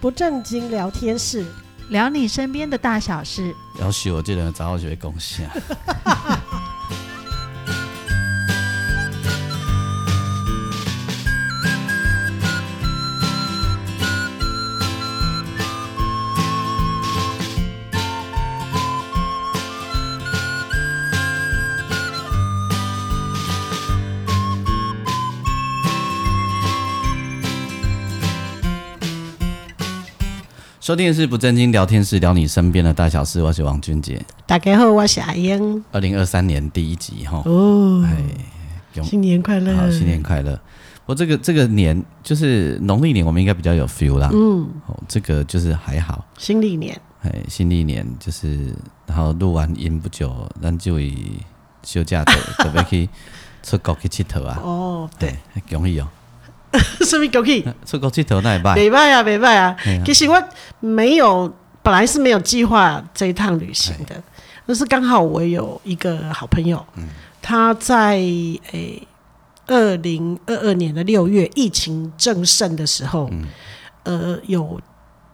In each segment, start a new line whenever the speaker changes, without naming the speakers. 不正经聊天室，
聊你身边的大小事。
要是我这人早就会贡献。 收听的是不正经聊天室，聊你身边的大小事。我是王俊杰，
打开后我是阿英，
二零二三年第一集哈。
哦，
哎，恭
新年快乐！
好，新年快乐！我这个这个年就是农历年，我们应该比较有 feel 啦。嗯，哦，这个就是还好。
新历年，
哎，新历年就是，然后录完音不久，咱就以休假准准备去出国去佚佗 啊。
哦，
对，恭喜哦！
什么恭喜？
出国佚佗那一拜，
没拜啊，没拜啊
哎呀！
其实我没有，本来是没有计划这一趟旅行
哎
的，但是刚好我有一个好朋友，
嗯
他在诶二零二二年的六月疫情正盛的时候，
嗯
呃，有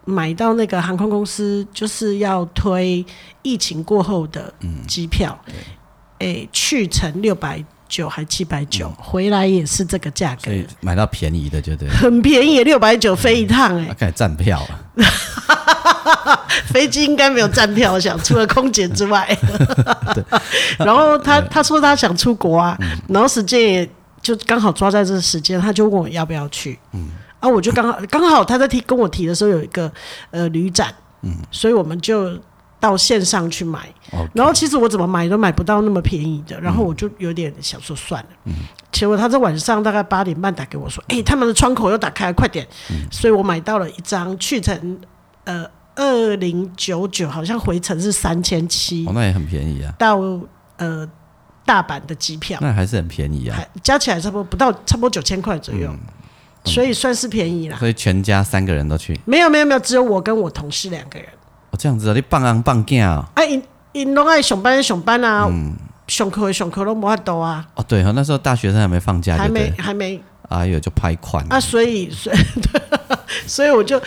买到那个航空公司就是要推疫情过后的
嗯
机票，诶、去程六百九还七百九，回来也是这个价格
嗯所。以买到便宜的就对了，
很便宜，六百九飞一趟、哎
啊，开始站票啊。
飞机应该没有站票，我想除了空姐之外。 然后他
嗯
他说他想出国啊，然后时间也就刚好抓在这个时间，他就问我要不要去。
嗯
啊，我就刚好 刚好他在提跟我提的时候有一个呃旅展，所以我们就到线上去买。
嗯 OK 嗯
然后其实我怎么买都买不到那么便宜的，然后我就有点想说算了。结果他在晚上大概八点半打给我说：“哎、他们的窗口又打开了，快点！”
嗯
所以我买到了一张去程呃二零九九，好像回程是三千七
哦，那也很便宜啊，
到呃大阪的机票。
那还是很便宜啊。
还加起来差不多不到差不多九千块左右，所以算是便宜啦。
嗯所以全家三个人都去，
没有没有没有，只有我跟我同事两个人。
哦，这样子啊，你棒昂棒囝啊，
啊，因因拢爱上班上班啊，
嗯
上课的上课拢无法度啊，
哦对哦，那时候大学生还没放假
还
就对
没
了，
还没
哎呦就拍款
啊，所以 所以所以我就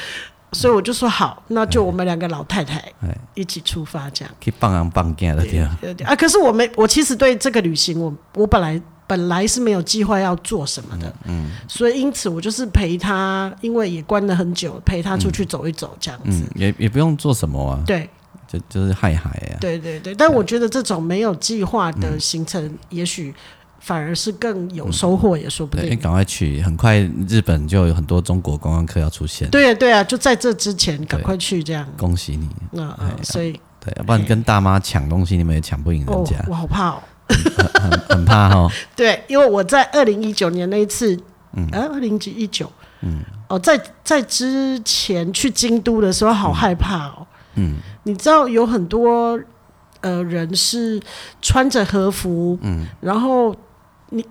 所以我就说好，那就我们两个老太太
哎
一起出发这样。
去棒昂棒囝了对啊，
对对啊，可是我没，我其实对这个旅行，我我本来本来是没有计划要做什么的，嗯，所以因此我就是陪他，因为也关了很久，陪他出去走一走这样子。
嗯，也也不用做什么啊，
对
就就是害海啊，
对对对，但我觉得这种没有计划的行程，也许反而是更有收获，也说不
对，哎
定。
赶快去，很快日本就有很多中国观光客要出现，
对啊对啊，就在这之前赶快去这样。
恭喜你，
那、嗯所以
对，要不然跟大妈抢东西，你们也抢不赢人
哦
家，，
我好怕哦。
很怕哦，
对，因为我在二零一九年那一次，嗯，二零一九，嗯，哦，在在之前去京都的时候，好害怕哦。嗯，你知道有很多呃人是穿着和服，嗯，然后你。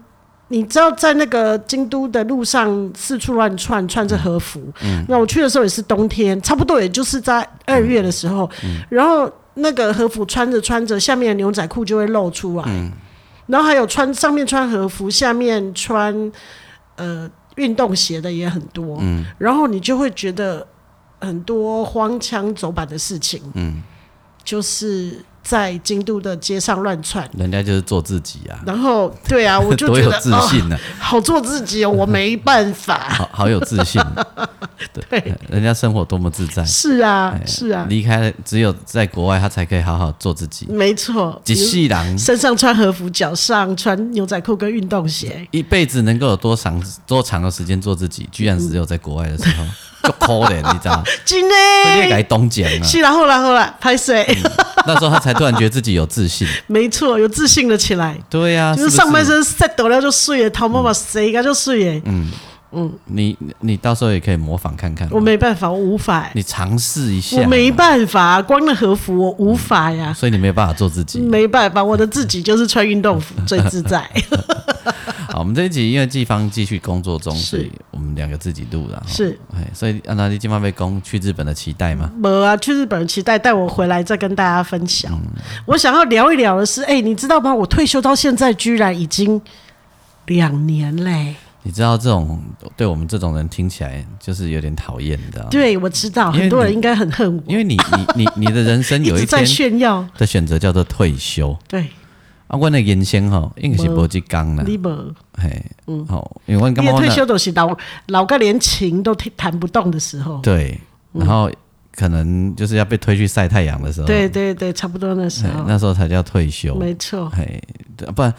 你知道在那个京都的路上四处乱窜，穿着和服。那我去的时候也是冬天，差不多也就是在二月的时候。然后那个和服穿着穿着，下面的牛仔裤就会露出来。然后还有穿上面穿和服，下面穿呃运动鞋的也很多，然后你就会觉得很多荒腔走板的事情，就是在京都的街上乱窜。
人家就是做自己啊，
然后，对 啊，我就
多
觉
有
得
自
哦，
信呢，
好做自己哦，我没办法。
好好有自 信，
对，
人家生活多么自在，
是
哎
啊，是啊，嗯
离开了只有在国外，他才可以好好做自己，
没错。
一世人
身上穿和服，脚上穿牛仔裤跟运动鞋，
一辈子能够有多长多长的时间做自己，居然只有在国外的 时候，就可怜，你知道吗？
今
所以你也改
天
东检啊，
哎
嗯
是啦，啊后来后来拍谁？
那时候他才突然觉得自己有自信。
没错，有自信了起来。
对呀、
就是
不
是
是
上半身 set 抖了就睡耶，头毛嘛谁个就睡耶，
嗯你你你到时候也可以模仿看看嘛。
我没办法，我无法耶，
你尝试一下嘛，
我没办法，光那和服我无法呀，
所以你没有办法做自己。
没办法，我的自己就是穿运动服最自 在。
好，我们这一集因为季芳继续工作中，
是
所以我们两个自己录了。
是，
哎，所以按照你今晚被攻去日本的期待嘛，
我啊，去日本期待带我回来再跟大家分享。我想要聊一聊的是，哎、你知道吗？我退休到现在居然已经两年嘞、
你知道这种对我们这种人听起来就是有点讨厌，你知道吗？
对，我知道，
因为
很多人
你
应该很恨我，
哦因为你你你你的人生
一
有
直在
天
炫耀。
的选择叫做退休
对
啊，我的人生吼应该是无即工啦，
，liber，
嘿，好，因为我
因
感
为
觉
嗯
我
退
那
休都是老老个连琴都弹弹不动的时候。
对，
嗯
然后可能就是要被推去晒太阳的时候，
对对对，差不多那时
嘿，
候，
哎那时候才叫退休，
没错。
嘿，对不然，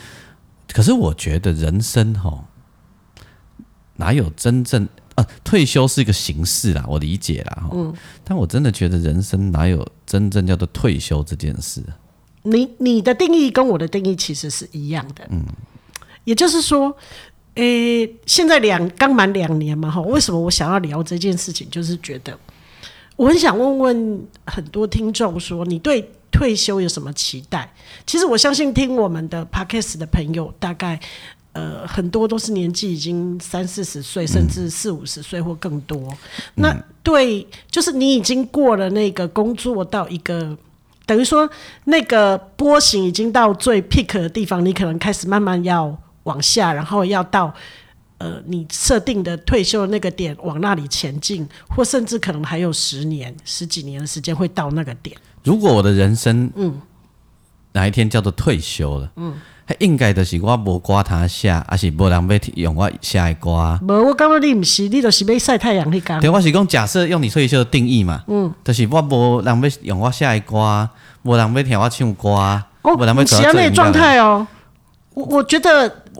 可是我觉得人生吼，哪有真正啊？退休是一个形式啦，我理解啦，嗯，但我真的觉得人生哪有真正叫做退休这件事？啊
你你的定义跟我的定义其实是一样的。嗯，也就是说，诶、现在两刚满两年嘛，哈，为什么我想要聊这件事情？就是觉得我很想问问很多听众说，你对退休有什么期待？其实我相信听我们的 podcast 的朋友，大概。呃，很多都是年纪已经三四十岁，甚至四五十岁或更多。那对，就是你已经过了那个工作到一个，等于说那个波形已经到最 peak 的地方，你可能开始慢慢要往下，然后要到呃你设定的退休的那个点往那里前进，或甚至可能还有十年、十几年的时间会到那个点。
如果我的人生，嗯，哪一天叫做退休了，嗯，应该就是我无刮他下，还是无人要用我下的啊刮。
无，我感觉你唔是，你就是要晒太阳迄
对，
天。
我是讲假设用你退休的定义嘛，嗯，就是我无人要用我下的歌，无人要听我唱歌，
哦，
无人要
你是
找我
要
做
那个
音
状
乐的。
态哦。我我觉得，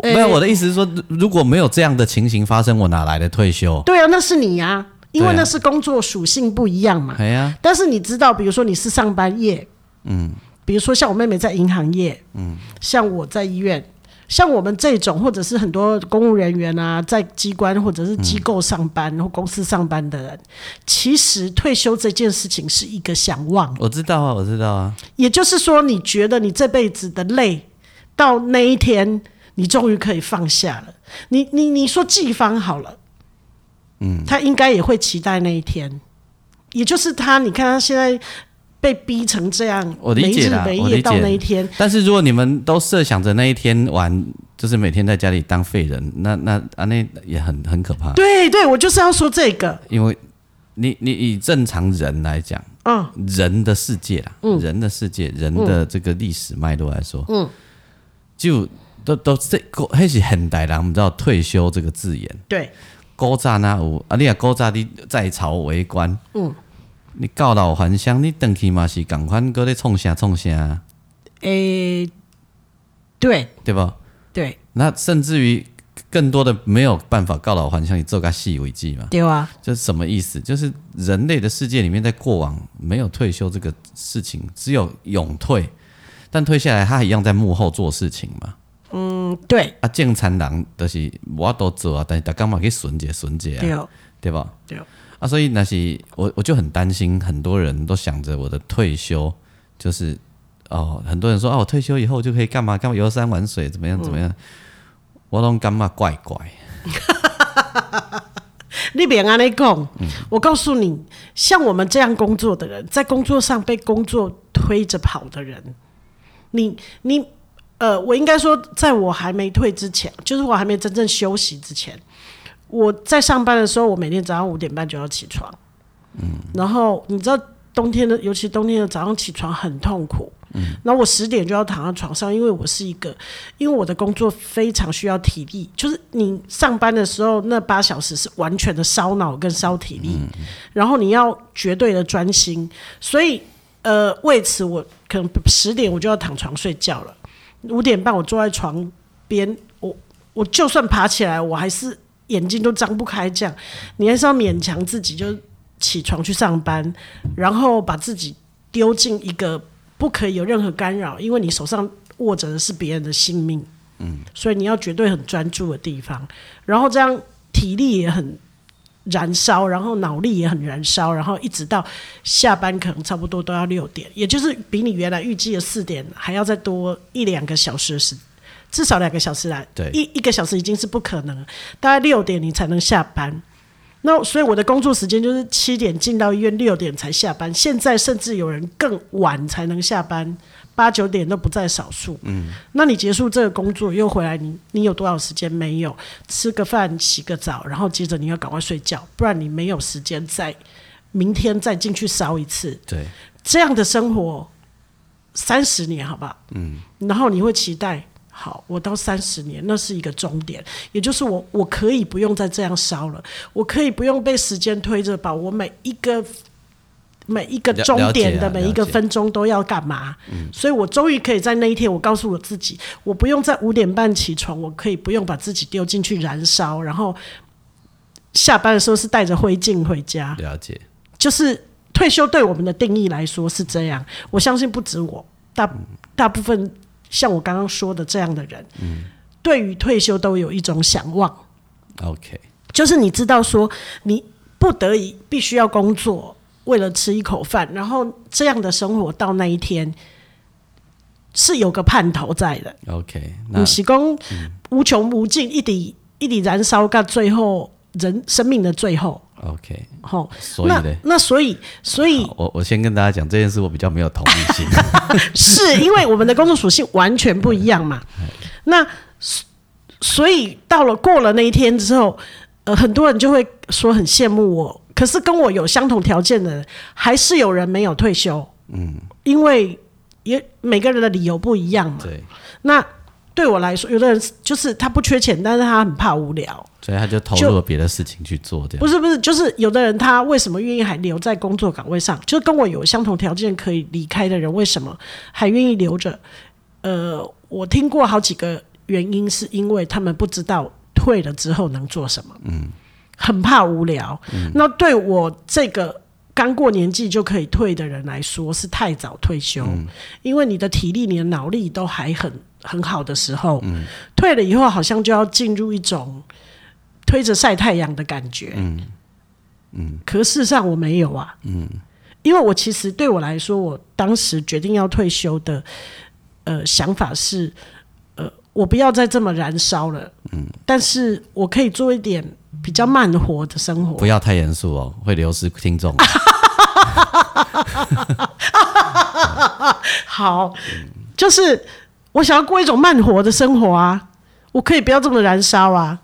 呃
没有，我的意思是说，如如果没有这样的情形发生，我哪来的退休？
哎对啊，那是你呀、啊，因为
对啊
那是工作属性不一样嘛。
哎呀，
但是你知道，比如说你是上班业，嗯，比如说像我妹妹在银行业，嗯，像我在医院，像我们这种或者是很多公务人员啊，在机关或者是机构上班、或公司上班的人，其实退休这件事情是一个想望，
我知道啊，我知道啊，
也就是说，你觉得你这辈子的累，到那一天，你终于可以放下了。你你你说季芳好了，嗯，他应该也会期待那一天，也就是他，你看他现在被逼成这样，
我理解啦
没日
我
没
理
夜
解
到那一天，
但是如果你们都设想着那一天玩，就是每天在家里当废人，那那啊那也很很可怕，
对对，我就是要说这个，
因为你你以正常人来讲，
嗯，
人的世界啦，人的世界，人的这个历史脉络来说，嗯，就都都这个还是很代人，我们知道退休这个字眼，
对，
古早那有啊，你啊古早你在朝为官，嗯，你告老还乡，你回去嘛是共款，搁咧创啥创啥，
诶，对
对不？
对
那甚至于更多的没有办法告老还乡，你做个戏为记嘛，
对啊，
这是什么意思？就是人类的世界里面，在过往没有退休这个事情，只有永退，但退下来他一样在幕后做事情嘛。
嗯，对
啊，正常人就是我都做啊，但是大家嘛去损解损解啊，
对哦
对吧？
对
啊，所以那是我我就很担心，很多人都想着我的退休就是哦，很多人说啊，我退休以后就可以干嘛干嘛游山玩水，怎么样怎么样，
嗯
我都干嘛怪怪。
你别安尼讲，我告诉你，像我们这样工作的人，在工作上被工作推着跑的人，你你呃，我应该说，在我还没退之前，就是我还没真正休息之前，我在上班的时候，我每天早上五点半就要起床，嗯，然后你知道冬天的，尤其冬天的早上起床很痛苦，嗯，然后我十点就要躺在床上，因为我是一个，因为我的工作非常需要体力，就是你上班的时候那八小时是完全的烧脑跟烧体力，然后你要绝对的专心，所以呃，为此我可能十点我就要躺床睡觉了，五点半我坐在床边，我我就算爬起来，我还是眼睛都张不开，这样你还是要勉强自己就起床去上班，然后把自己丢进一个不可以有任何干扰，因为你手上握着的是别人的性命，嗯，所以你要绝对很专注的地方，然后这样体力也很燃烧，然后脑力也很燃烧，然后一直到下班可能差不多都要六点，也就是比你原来预计的四点还要再多一两个小时的时，至少两个小时来，
对
一一个小时已经是不可能了，大概六点你才能下班。那所以我的工作时间就是七点进到医院，六点才下班。现在甚至有人更晚才能下班，八九点都不在少数。嗯，那你结束这个工作又回来你，你有多少时间？没有，吃个饭，洗个澡，然后接着你要赶快睡觉，不然你没有时间再明天再进去烧一次。
对，
这样的生活三十年，好不好？嗯，然后你会期待，好，我到三十年，那是一个终点，也就是我我可以不用再这样烧了，我可以不用被时间推着跑，我每一个。每一个
了
终点的
了解
每
啊
一个
了解嗯
分钟都要干嘛？所以我终于可以在那一天，我告诉我自己，我不用在五点半起床，我可以不用把自己丢进去燃烧，然后下班的时候是带着灰烬回家。
了解。
就是退休对我们的定义来说是这样，我相信不止我，大大部分像我刚刚说的这样的人，对于退休都有一种向往，
OK，
就是你知道说你不得已必须要工作，为了吃一口饭，然后这样的生活到那一天是有个盼头在的，
OK，那
你是讲无穷无尽，一滴一滴燃烧到最后人生命的最后，
OK，
吼。
所以
那
呢，
那所以所以
好我我先跟大家讲这件事，我比较没有同理 心。
是因为我们的工作属性完全不一样嘛。那所所以到了过了那一天之后，呃，很多人就会说很羡慕我，可是跟我有相同条件的人，还是有人没有退休。嗯，因为也每个人的理由不一样嘛。
对，
那对我来说，有的人就是他不缺钱，但是他很怕无聊。
所以他就投
就
入了别的事情去做，这样
不是不是，就是有的人他为什么愿意还留在工作岗位上？就是跟我有相同条件可以离开的人，为什么还愿意留着？呃，我听过好几个原因，是因为他们不知道退了之后能做什么，嗯，很怕无聊。
嗯
那对我这个。刚过年纪就可以退的人来说是太早退休，
嗯
因为你的体力、你的脑力都还很很好的时
嗯
候，退了以后好像就要进入一种推着晒太阳的感觉。嗯可事实上我没有啊。嗯，因为我其实对我来说，我当时决定要退休的呃想法是，呃，我不要再这么燃烧了。嗯，但是我可以做一点比较慢活的生活
不。要太严肃哦，会流失听众。
啊好，就是我想要过一种慢活的生活啊，我可以不要这么燃烧啊。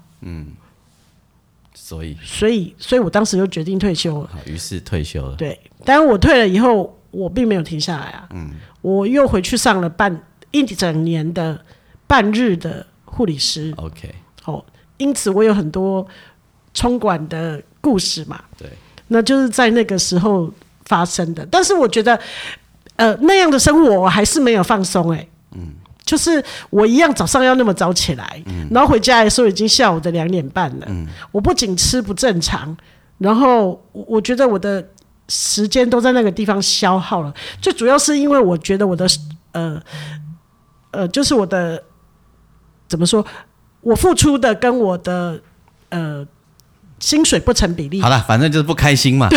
所以，
所以，所以我当时就决定退休了。
好，于是退休了。
对，但我退了以后，我并没有停下来啊，我又回去上了半一整年的半日的护理师，
OK，
哦，因此我有很多冲管的故事嘛，
对，
那就是在那个时候发生的。但是我觉得，呃，那样的生活我还是没有放松哎、就是我一样早上要那么早起来，然后回家的时候已经下午的两点半了。我不仅吃不正常，然后我我觉得我的时间都在那个地方消耗了。最主要是因为我觉得我的呃呃，就是我的怎么说，我付出的跟我的呃薪水不成比例
好。了，反正就是不开心嘛。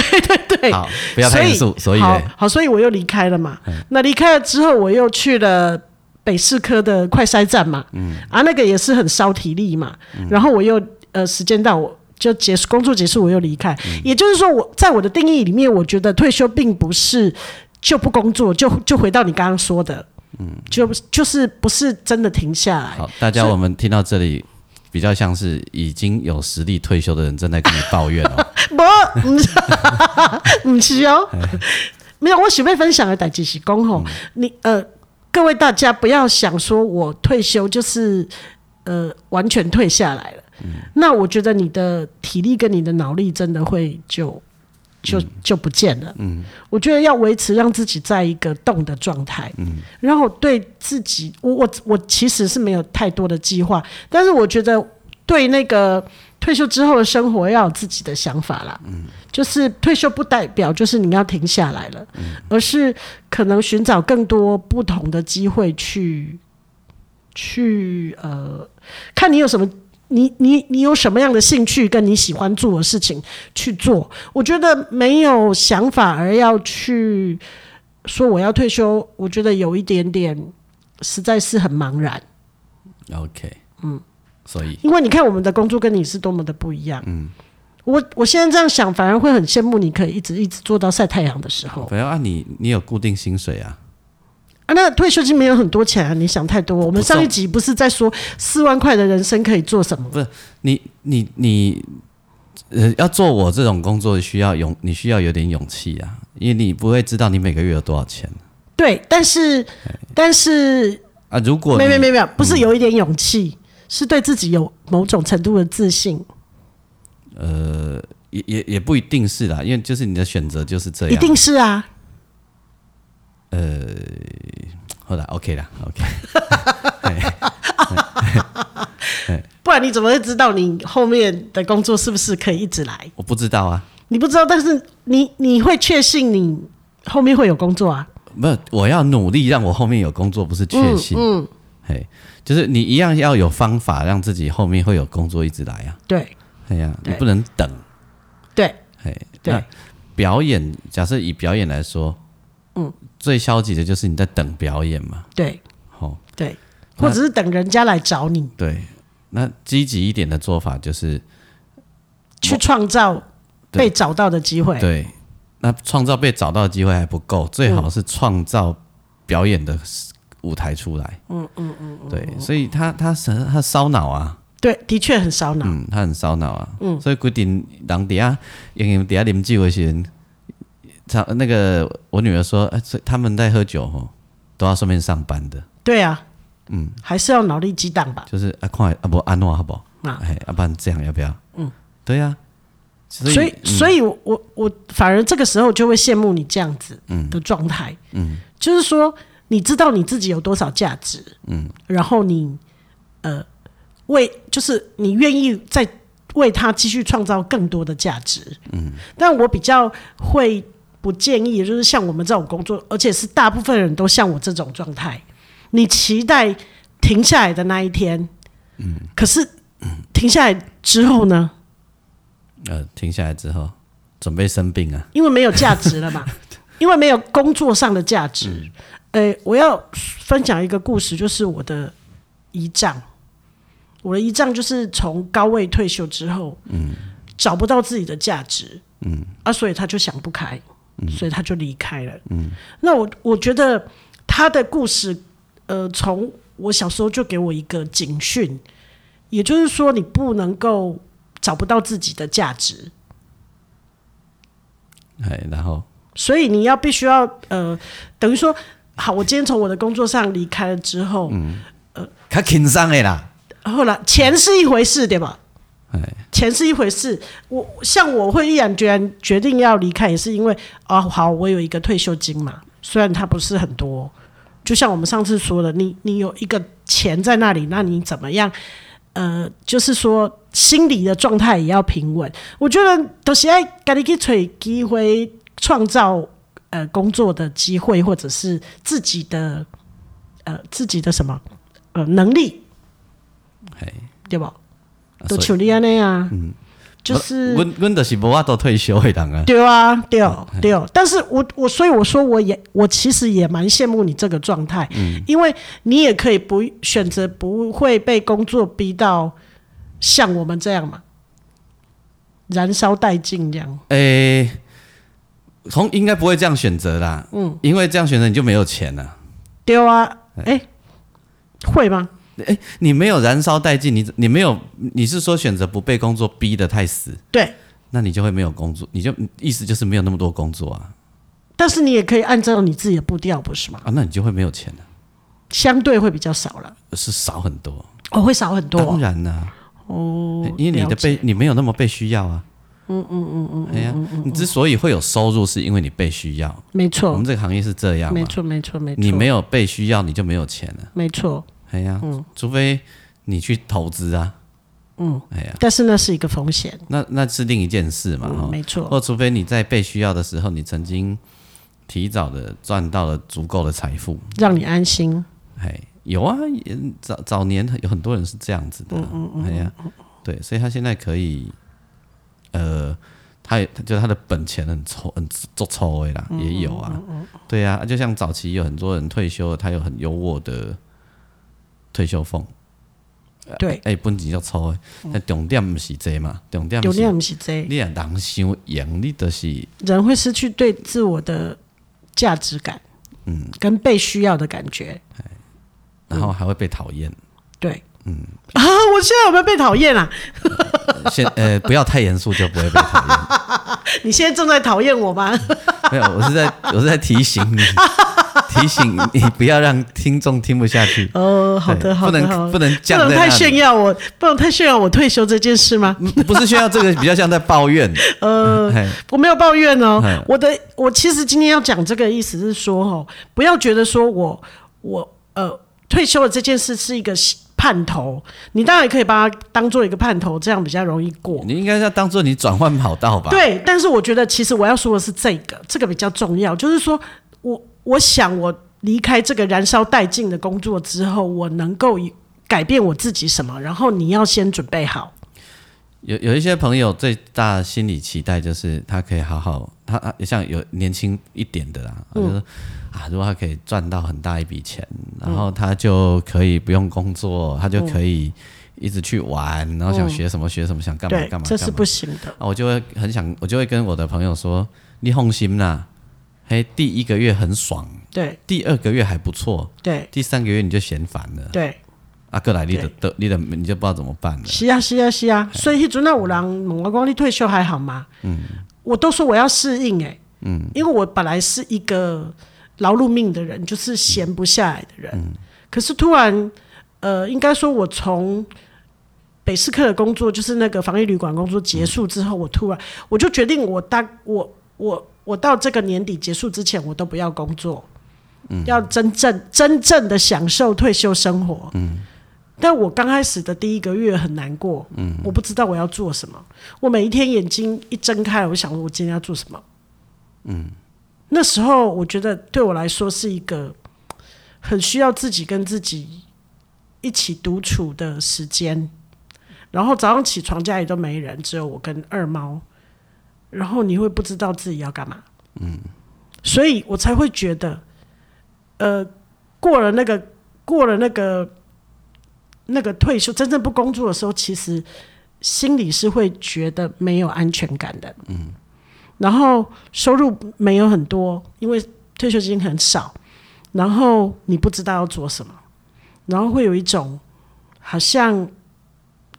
对，
好，不要太严肃。所以
好
呢，嗯
好，所以我又离开了嘛。那离开了之后，我又去了北市科的快筛站嘛，
嗯
啊，那个也是很烧体力嘛。然后我又呃，时间到我。就结束工作结束，我又离开。
嗯
也就是说我，在我的定义里面，我觉得退休并不是就不工作，就就回到你刚刚说的，嗯，就就是不是真的停下来。
好，大家我们听到这里。比较像是已经有实力退休的人正在跟你抱怨 哦，
不，唔是， 唔是哦。没有，我想要分享的代志是讲吼，你呃，各位大家不要想说我退休就是呃完全退下来了。那我觉得你的体力跟你的脑力真的会就就就不见了。嗯，我觉得要维持让自己在一个动的状态。嗯，然后对自己，我我我其实是没有太多的计划，但是我觉得对那个退休之后的生活要有自己的想法啦。嗯，就是退休不代表就是你要停下来了，而是可能寻找更多不同的机会去去呃，看你有什么。你你你有什么样的兴趣，跟你喜欢做的事情去做？我觉得没有想法而要去说我要退休，我觉得有一点点实在是很茫然。
OK，嗯，所以
因为你看我们的工作跟你是多么的不一样。嗯，我我现在这样想，反而会很羡慕你可以一直一直做到晒太阳的时候
不要啊，你你有固定薪水啊？
啊。那退休金没有很多钱啊，你想太多。我们
不重
上一集不是在说四万块的人生可以做什么？
你你你，呃，要做我这种工作，需要勇，你需要有点勇气啊，因为你不会知道你每个月有多少钱
对，但是但是
啊。如果
没
你嗯
没没没有，不是有一点勇气，是对自己有某种程度的自信，
也也也不一定是啦，因为就是你的选择就是这样。
一定是啊。
后来 OK 啦，OK，
不然你怎么会知道你后面的工作是不是可以一直来？
我不知道啊，
你不知道，但是你你会确信你后面会有工作啊？
不，我要努力让我后面有工作，不是确信。嗯，嘿、就是你一样要有方法让自己后面会有工作一直来啊。
对
哎呀、你
对
不能等。
对
嘿，
对
那表演，假设以表演来说，嗯，最消极的就是你在等表演嘛。
对
好、
对，或者是等人家来找你
对。那积极一点的做法就是，
去创造
对
被找到的机会。
对，那创造被找到的机会还不够，最好是创造表演的舞台出来。嗯嗯嗯，对，所以他他是他烧脑啊。
对，的确很烧脑。
嗯，他很烧脑啊。嗯，所以规定人底下，因为底下啉酒的时候，他那个我女儿说，哎、所以他们在喝酒吼，都要顺便上班的，
对啊，嗯，还是要脑力激荡吧。
就是啊，看啊不安诺好不好？
啊，
哎、要、不然这样要不要？嗯，对呀、啊。所以
所以，嗯所以我我我反而这个时候就会羡慕你这样子的状态，嗯，就是说你知道你自己有多少价值，嗯，然后你呃为就是你愿意再为他继续创造更多的价值，嗯，但我比较会不建议，就是像我们这种工作，而且是大部分人都像我这种状态，你期待停下来的那一天，嗯，可是停下来之后呢？
呃，停下来之后，准备生病啊。
因为没有价值 了嘛，因为没有工作上的价值。呃，我要分享一个故事，就是我的姨丈，我的姨丈就是从高位退休之后，嗯，找不到自己的价值，嗯，啊，所以他就想不开，所以他就离开了，嗯。那我我觉得他的故事，呃，从我小时候就给我一个警讯，也就是说，你不能够找不到自己的价值，
哎，然后
所以你要必须要呃，等于说，好，我今天从我的工作上离开了之后，
他轻松的啦。
后来钱是一回事，对吧？
哎，
钱是一回事，我像我会毅然决然决定要离开，也是因为啊，好，我有一个退休金嘛，虽然它不是很多，就像我们上次说的，你你有一个钱在那里，那你怎么样？呃，就是说心理的状态也要平稳。我觉得都是要赶紧去找机会，创造呃工作的机会，或者是自己的呃自己的什么呃能力，
哎，
对吧？
啊
都
所以嗯
像你安尼啊，就是
我我就是无法度退休的人啊。
对啊，对哦对哦。但是我我所以我说我也我其实也蛮羡慕你这个状态，
嗯
因为你也可以不选择不会被工作逼到像我们这样嘛，燃烧殆尽这样。
诶、从应该不会这样选择啦，嗯，因为这样选择你就没有钱了。
对啊，哎，会吗？
诶、你没有燃烧殆尽，你你没有，你是说选择不被工作逼得太死，
对，
那你就会没有工作，你就意思就是没有那么多工作啊，
但是你也可以按照你自己的步调，不是吗？
啊，那你就会没有钱了、
相对会比较少了，
是少很多，
哦，会少很多
当
哦。
然啦、
哦
因为你
了
的
解
被你没有那么被需要啊。嗯嗯嗯嗯，哎呀、你之所以会有收入，是因为你被需要。
没
我
错
们，这个行业是这样
哦没
嘛，
错，没错，没错，
你没有被需要，你就没有钱了。
没错。
哎呀、
嗯
除非你去投资啊。嗯，哎呀，
但是那是一个风险，
那那是另一件事嘛，哈、
嗯没错。
或除非你在被需要的时候，你曾经提早的赚到了足够的财富。
让你安心。
哎，有啊，也早早年有很多人是这样子的、啊，哎呀、对，所以他现在可以，呃，他也他就他的本钱很抽很做抽的啦，也有啊，对啊，就像早期有很多人退休了，他有很优渥的退休俸，
对，
哎、本钱就粗的，但重点不是这嘛，重点
有
是
点不是这样
你若人想赢，你就是
人会失去对自我的价值感，嗯，跟被需要的感觉。
然后还会被讨厌。
对，嗯啊，我现在有没有被讨厌啊？
呃先呃，不要太严肃就不会被讨厌。
你现在正在讨厌我吗？
没有，我是在我是在提醒你， 提醒你不要让听众听不下去。
哦，好的，
对
好
不
的，好
能
的
不能
不
降
能
在
太
那里
炫耀我，不能太炫耀我退休这件事吗？
嗯不是炫耀这个，比较像在抱怨。
呃，
嘿
我没有抱怨哦
嗯，
我的我其实今天要讲这个意思是说哦，不要觉得说我我呃退休的这件事是一个盼头，你当然也可以把它当做一个盼头，这样比较容易过。
你应该要当做你转换跑道嗯吧？，
对，但是我觉得其实我要说的是这个，这个比较重要，就是说我我想我离开这个燃烧殆尽的工作之后，我能够改变我自己什么，然后你要先准备好。
有有一些朋友最大的心理期待就是他可以好好，他他像有年轻一点的啦，
嗯
就是啊，如果他可以赚到很大一笔钱，然后他就可以不用工作，他
嗯
就可以一直去玩，然后想学什么学什么，想干嘛
对
干，嘛，
这是
干嘛
不行的。
啊，我就会很想，我就会跟我的朋友说，你放心啦，嘿，第一个月很爽，
对
第二个月还不错，
对
第三个月你就嫌烦了，
对，
啊，过来你的的你的你就不知道怎么办了。
是啊是啊是啊。所以迄阵那有人问我讲你退休还好吗？嗯，我都说我要适应哎、嗯，因为我本来是一个劳碌命的人，就是闲不下来的人。可是突然，呃，应该说我从北市客的工作，就是那个防疫旅馆工作结束之后，我突然我就决定我大我我我到这个年底结束之前，我都不要工作，要真正真正的享受退休生活。但我刚开始的第一个月很难过，我不知道我要做什么。我每一天眼睛一睁开，我想我今天要做什么，那时候我觉得对我来说是一个很需要自己跟自己一起独处的时间。然后早上起床家里都没人，只有我跟二猫，然后你会不知道自己要干嘛，嗯，所以我才会觉得，呃，过了那个过了那个那个退休真正不工作的时候，其实心里是会觉得没有安全感的，嗯，然后收入没有很多，因为退休金很少，然后你不知道要做什么，然后会有一种好像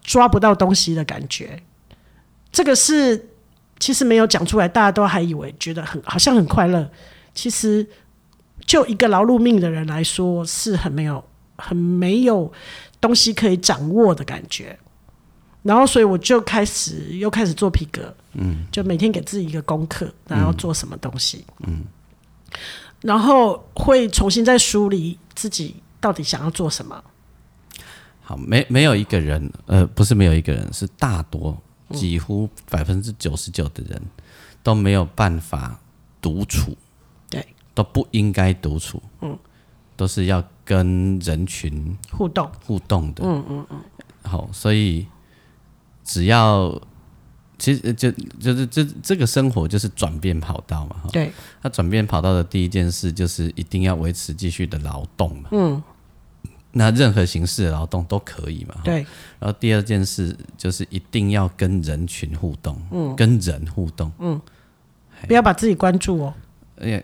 抓不到东西的感觉。这个是其实没有讲出来，大家都还以为觉得很好像很快乐，其实就一个劳碌命的人来说是很没有很没有东西可以掌握的感觉。然后，所以我就开始又开始做皮革，嗯，就每天给自己一个功课，然后做什么东西，嗯，然后会重新再梳理自己到底想要做什么。
好，没没有一个人，呃，不是没有一个人，是大多几乎百分之九十九的人都没有办法独处，
对，
都不应该独处，嗯，都是要跟人群
互动，
互动的。嗯嗯嗯。好，所以只要其实呃就就是这这个生活就是转变跑道嘛，哈。
对
那转变跑道的第一件事就是一定要维持继续的劳动嘛。嗯。那任何形式的劳动都可以嘛。哈。
对
然后第二件事就是一定要跟人群互动，跟人互动。
不要把自己关住哦，
呃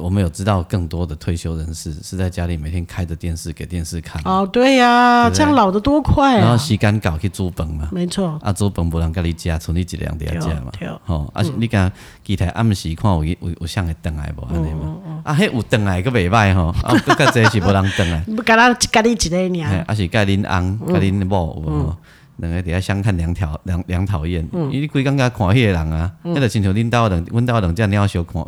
我们有知道更多的退休人士是在家里每天开着电视给电视看，
哦，对呀、
对不对
这样老的多快
然后
啊！
洗干搞去煮饭嘛，
没错，
啊煮饭无人跟你吃，剩你一两在
对
吃嘛。
对，
吼、啊是你讲其他暗时看有有有谁会回来无安尼嘛？啊，迄有回来个袂歹吼，啊，不较济是无人回来
不跟他跟你一个
嘿
娘，
啊是甲恁
嗯
翁甲恁某有无？两个伫遐相看两条两两讨厌，
嗯
因为你规工甲看迄个人啊，迄就亲像恁兜两阮兜两只猫相看，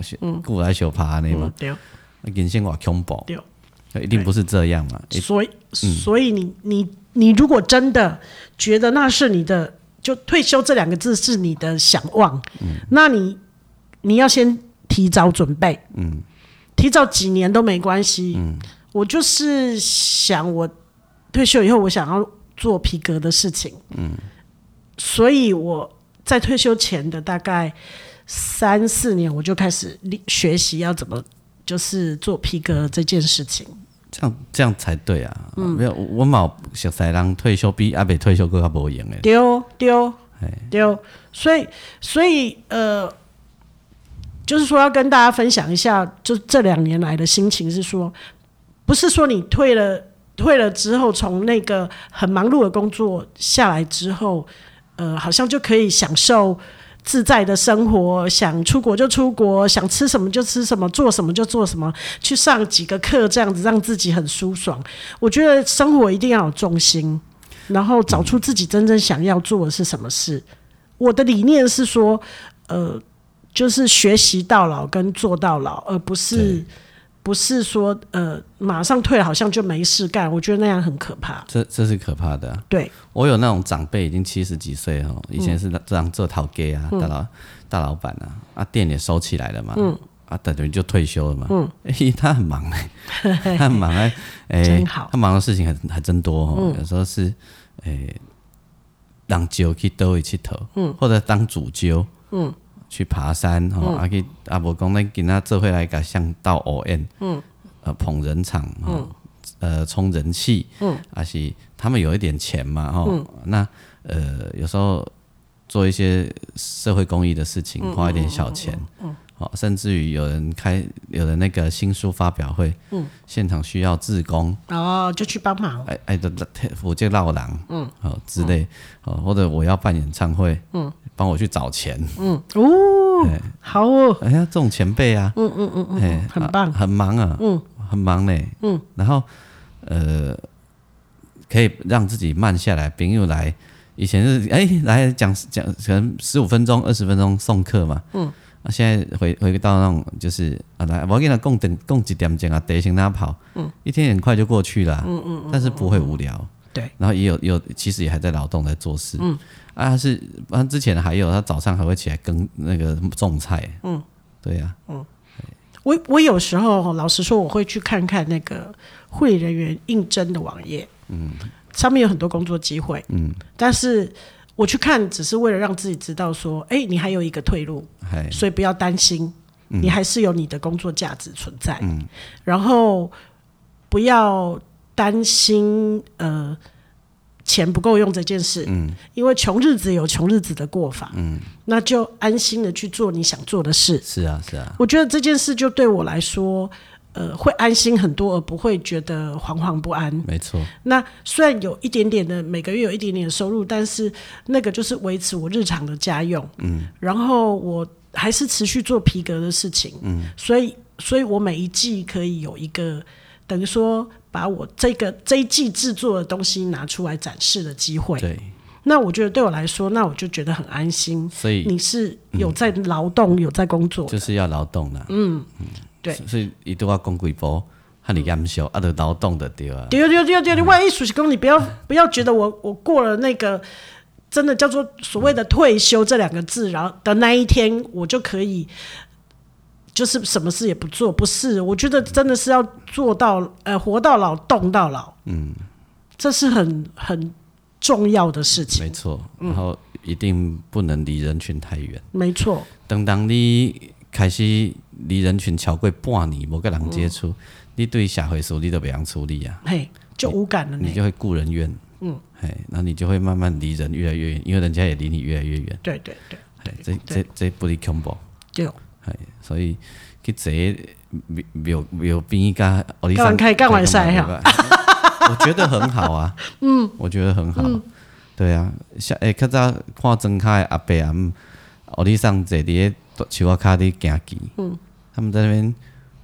顾来相拍安尼嘛
嗯，，对。
啊人生偌恐怖，
对
一定不是这样嘛，一
所以，所以你你你如果真的觉得那是你的，就退休这两个字是你的想望，那你你要先提早准备，嗯，提早几年都没关系，嗯，我就是想我退休以后，我想要做皮革的事情，嗯，所以我在退休前的大概三四年，我就开始学习要怎么就是做皮革这件事情。
这样这样才对啊！
嗯
没有我冇小三郎退休比阿北退休更加无用诶。
丢丢丢，所以所以呃，就是说要跟大家分享一下，就这两年来的心情是说，不是说你退了退了之后，从那个很忙碌的工作下来之后，呃，好像就可以享受。自在的生活，想出国就出国，想吃什么就吃什么，做什么就做什么，去上几个课，这样子让自己很舒爽。我觉得生活一定要有重心，然后找出自己真正想要做的是什么事。我的理念是说，呃，就是学习到老跟做到老，而不是
对
不是说呃马上退了好像就没事干，我觉得那样很可怕。
这这是可怕的啊、
对，
我有那种长辈已经七十几岁哦，以前是这样做陶给啊，大老大老板啊，啊店也收起来了嘛，啊等于就退休了嘛，嗯，他很忙 哎、他很忙哎、哎、
真好
他忙的事情还还真多哦，有时候是哎、当酒去兜一去头，嗯，或者当主揪，嗯，去爬山哦，啊去啊无讲咱跟他做回来个像到偶宴，嗯，呃捧人场，哦呃冲人气，嗯，啊是他们有一点钱嘛，哈、那呃有时候做一些社会公益的事情，花一点小钱，嗯，好、甚至于有人开有人那个新书发表会，嗯，现场需要志工，
然后就去帮忙。
哎哎的我就绕狼，嗯，好、之类，好、或者我要办演唱会，嗯，帮我去找钱，
哦，好哦，
哎呀，这种前辈啊，嗯嗯嗯嗯，
很棒
啊很忙啊，嗯，很忙嘞，嗯，然后呃，可以让自己慢下来，朋友来，以前是哎来讲讲，可能十五分钟、二十分钟送客嘛，嗯，啊，现在回回到那种就是啊来，我跟他共等共几点钟啊，得行他跑，嗯，一天很快就过去了，嗯嗯，但是不会无聊，
对，
然后也有也有，其实也还在劳动在做事。嗯，啊，他是他之前还有，他早上还会起来耕那个种菜。嗯，对呀、
我我有时候哦老实说，我会去看看那个护理人员应征的网页，嗯，上面有很多工作机会，嗯，但是我去看只是为了让自己知道说，哎、你还有一个退路，
还
所以不要担心，你还是有你的工作价值存在。然后不要担心呃钱不够用这件事，因为穷日子有穷日子的过法，那就安心的去做你想做的事。
是啊是啊，
我觉得这件事就对我来说，呃，会安心很多，而不会觉得惶惶不安。
没错，
那虽然有一点点的每个月有一点点的收入，但是那个就是维持我日常的家用，嗯，然后我还是持续做皮革的事情，嗯，所以，所以我每一季可以有一个等于说把我这个这一季制作的东西拿出来展示的机会，
对，
那我觉得对我来说，那我就觉得很安心。
所以
你是有在劳动，有在工作的，
嗯就是要劳动啦。嗯，
对
所以一定要讲几波，和你研修，啊，得劳动的对啊。
对对对对对，万一暑期工，你不要不要觉得我我过了那个真的叫做所谓的退休这两个字，然后的那一天，我就可以就是什么事也不做，不是？我觉得真的是要做到呃活到老动到老，嗯，这是很很重要的事情
没，错，然后一定不能离人群太远。
没错，
当当你开始离人群超过半年，无跟人接触，你对社会事你都袂晓处理啊。
嘿，就无感了呢
你。就会顾人怨，嗯，哎，然后你就会慢慢离人越来越远，因为人家也离你越来越远，
对对对
哎，这这这不离 combo，
对，
哎，所以去坐庙庙庙边甲奥利
干完开干完晒哈
哈， 我觉得很好啊， 嗯，我觉得很好，对啊，像哎，较早看庄卡的阿伯啊阿姆，奥利上坐伫咧树仔骹伫啊行棋，嗯，他们在那边，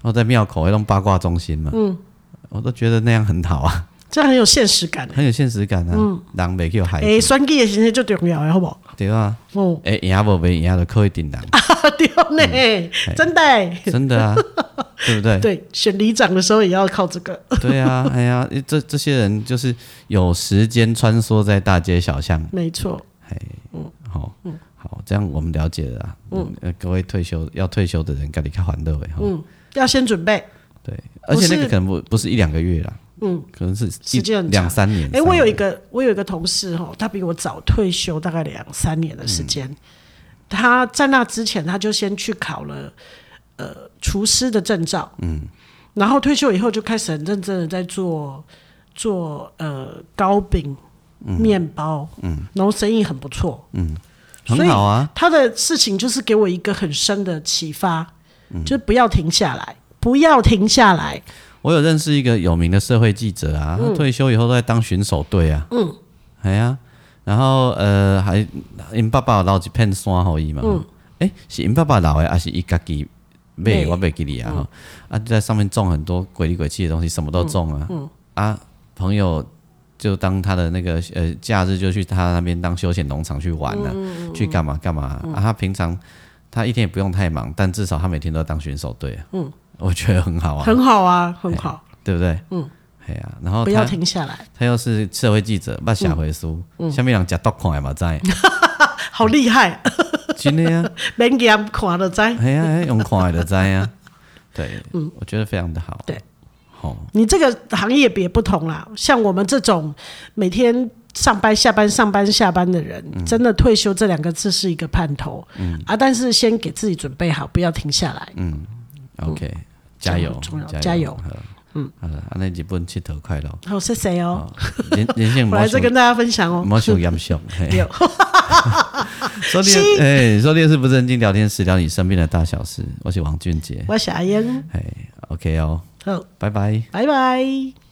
我在庙口那种八卦中心嘛，嗯，我都觉得那样很好啊。
这很有现实感。
很有现实感啊，人袂去害
哎，选举的形式就重要的，好不好？
对啊，
哦，
会赢无袂赢就靠一 定人，
对呢，真的欸。
真的啊，对不对？
对，选里长的时候也要靠这个。
对啊，哎呀，这这些人就是有时间穿梭在大街小巷，
没错，
哎，好，
嗯
好，这样我们了解了啊，嗯，呃各位退休要退休的人，赶紧看欢乐哎，嗯，
要先准备。
对，而且那个可能不不是一两个月啦，
嗯，
可能是
时间
一
很长
两三年。
哎、我
三
有一
年
个我有一个同事哈，他比我早退休大概两三年的时间。他在那之前，他就先去考了呃厨师的证照，嗯，然后退休以后就开始很认真的在做做呃糕饼、面包，嗯，然后生意很不错，所以
很好啊，
他的事情就是给我一个很深的启发，就是不要停下来，不要停下来。
我有认识一个有名的社会记者啊，他退休以后都在当巡守队啊。嗯，哎呀、然后呃，还因爸爸留一片山互伊嘛。嗯，哎、是因爸爸留的，还是伊家己买的？
买
我袂记哩啊。吼啊，就在上面种很多鬼里鬼气的东西，什么都种啊。嗯啊，朋友就当他的那个呃假日就去他那边当休闲农场去玩了、去干嘛干嘛啊,、他平常他一天也不用太忙，但至少他每天都要当巡守队啊。嗯，我觉得很好啊。
很好啊，很好，
对不对？嗯，哎呀、然后
不要嗯
他
停下来，
他又是社会记者，捌写回书，下面人食毒看的嘛知，
好厉害，
真的啊，
免给他们看了在。
哎呀、哎用看的就知啊，对，
嗯
我觉得非常的好，
对，
好、
你这个行业也不同啦，像我们这种每天上班、下班、上班、下班的人，真的退休这两个字是一个盼头、啊。但是先给自己准备好，不要停下来。
o k 加油
嗯重要，
加
加
油
油，
嗯，好了，安尼日本佚佗快乐，
好，谢谢哦，
人 人生
我
莫
来再
想
跟大家分享哦。
莫想严肃，嘿
对
说的哎，说的是不正经聊天室，聊你身边的大小事，我是王俊杰，
我是阿英，
哎，OK 哦，
好，
拜拜。
拜拜。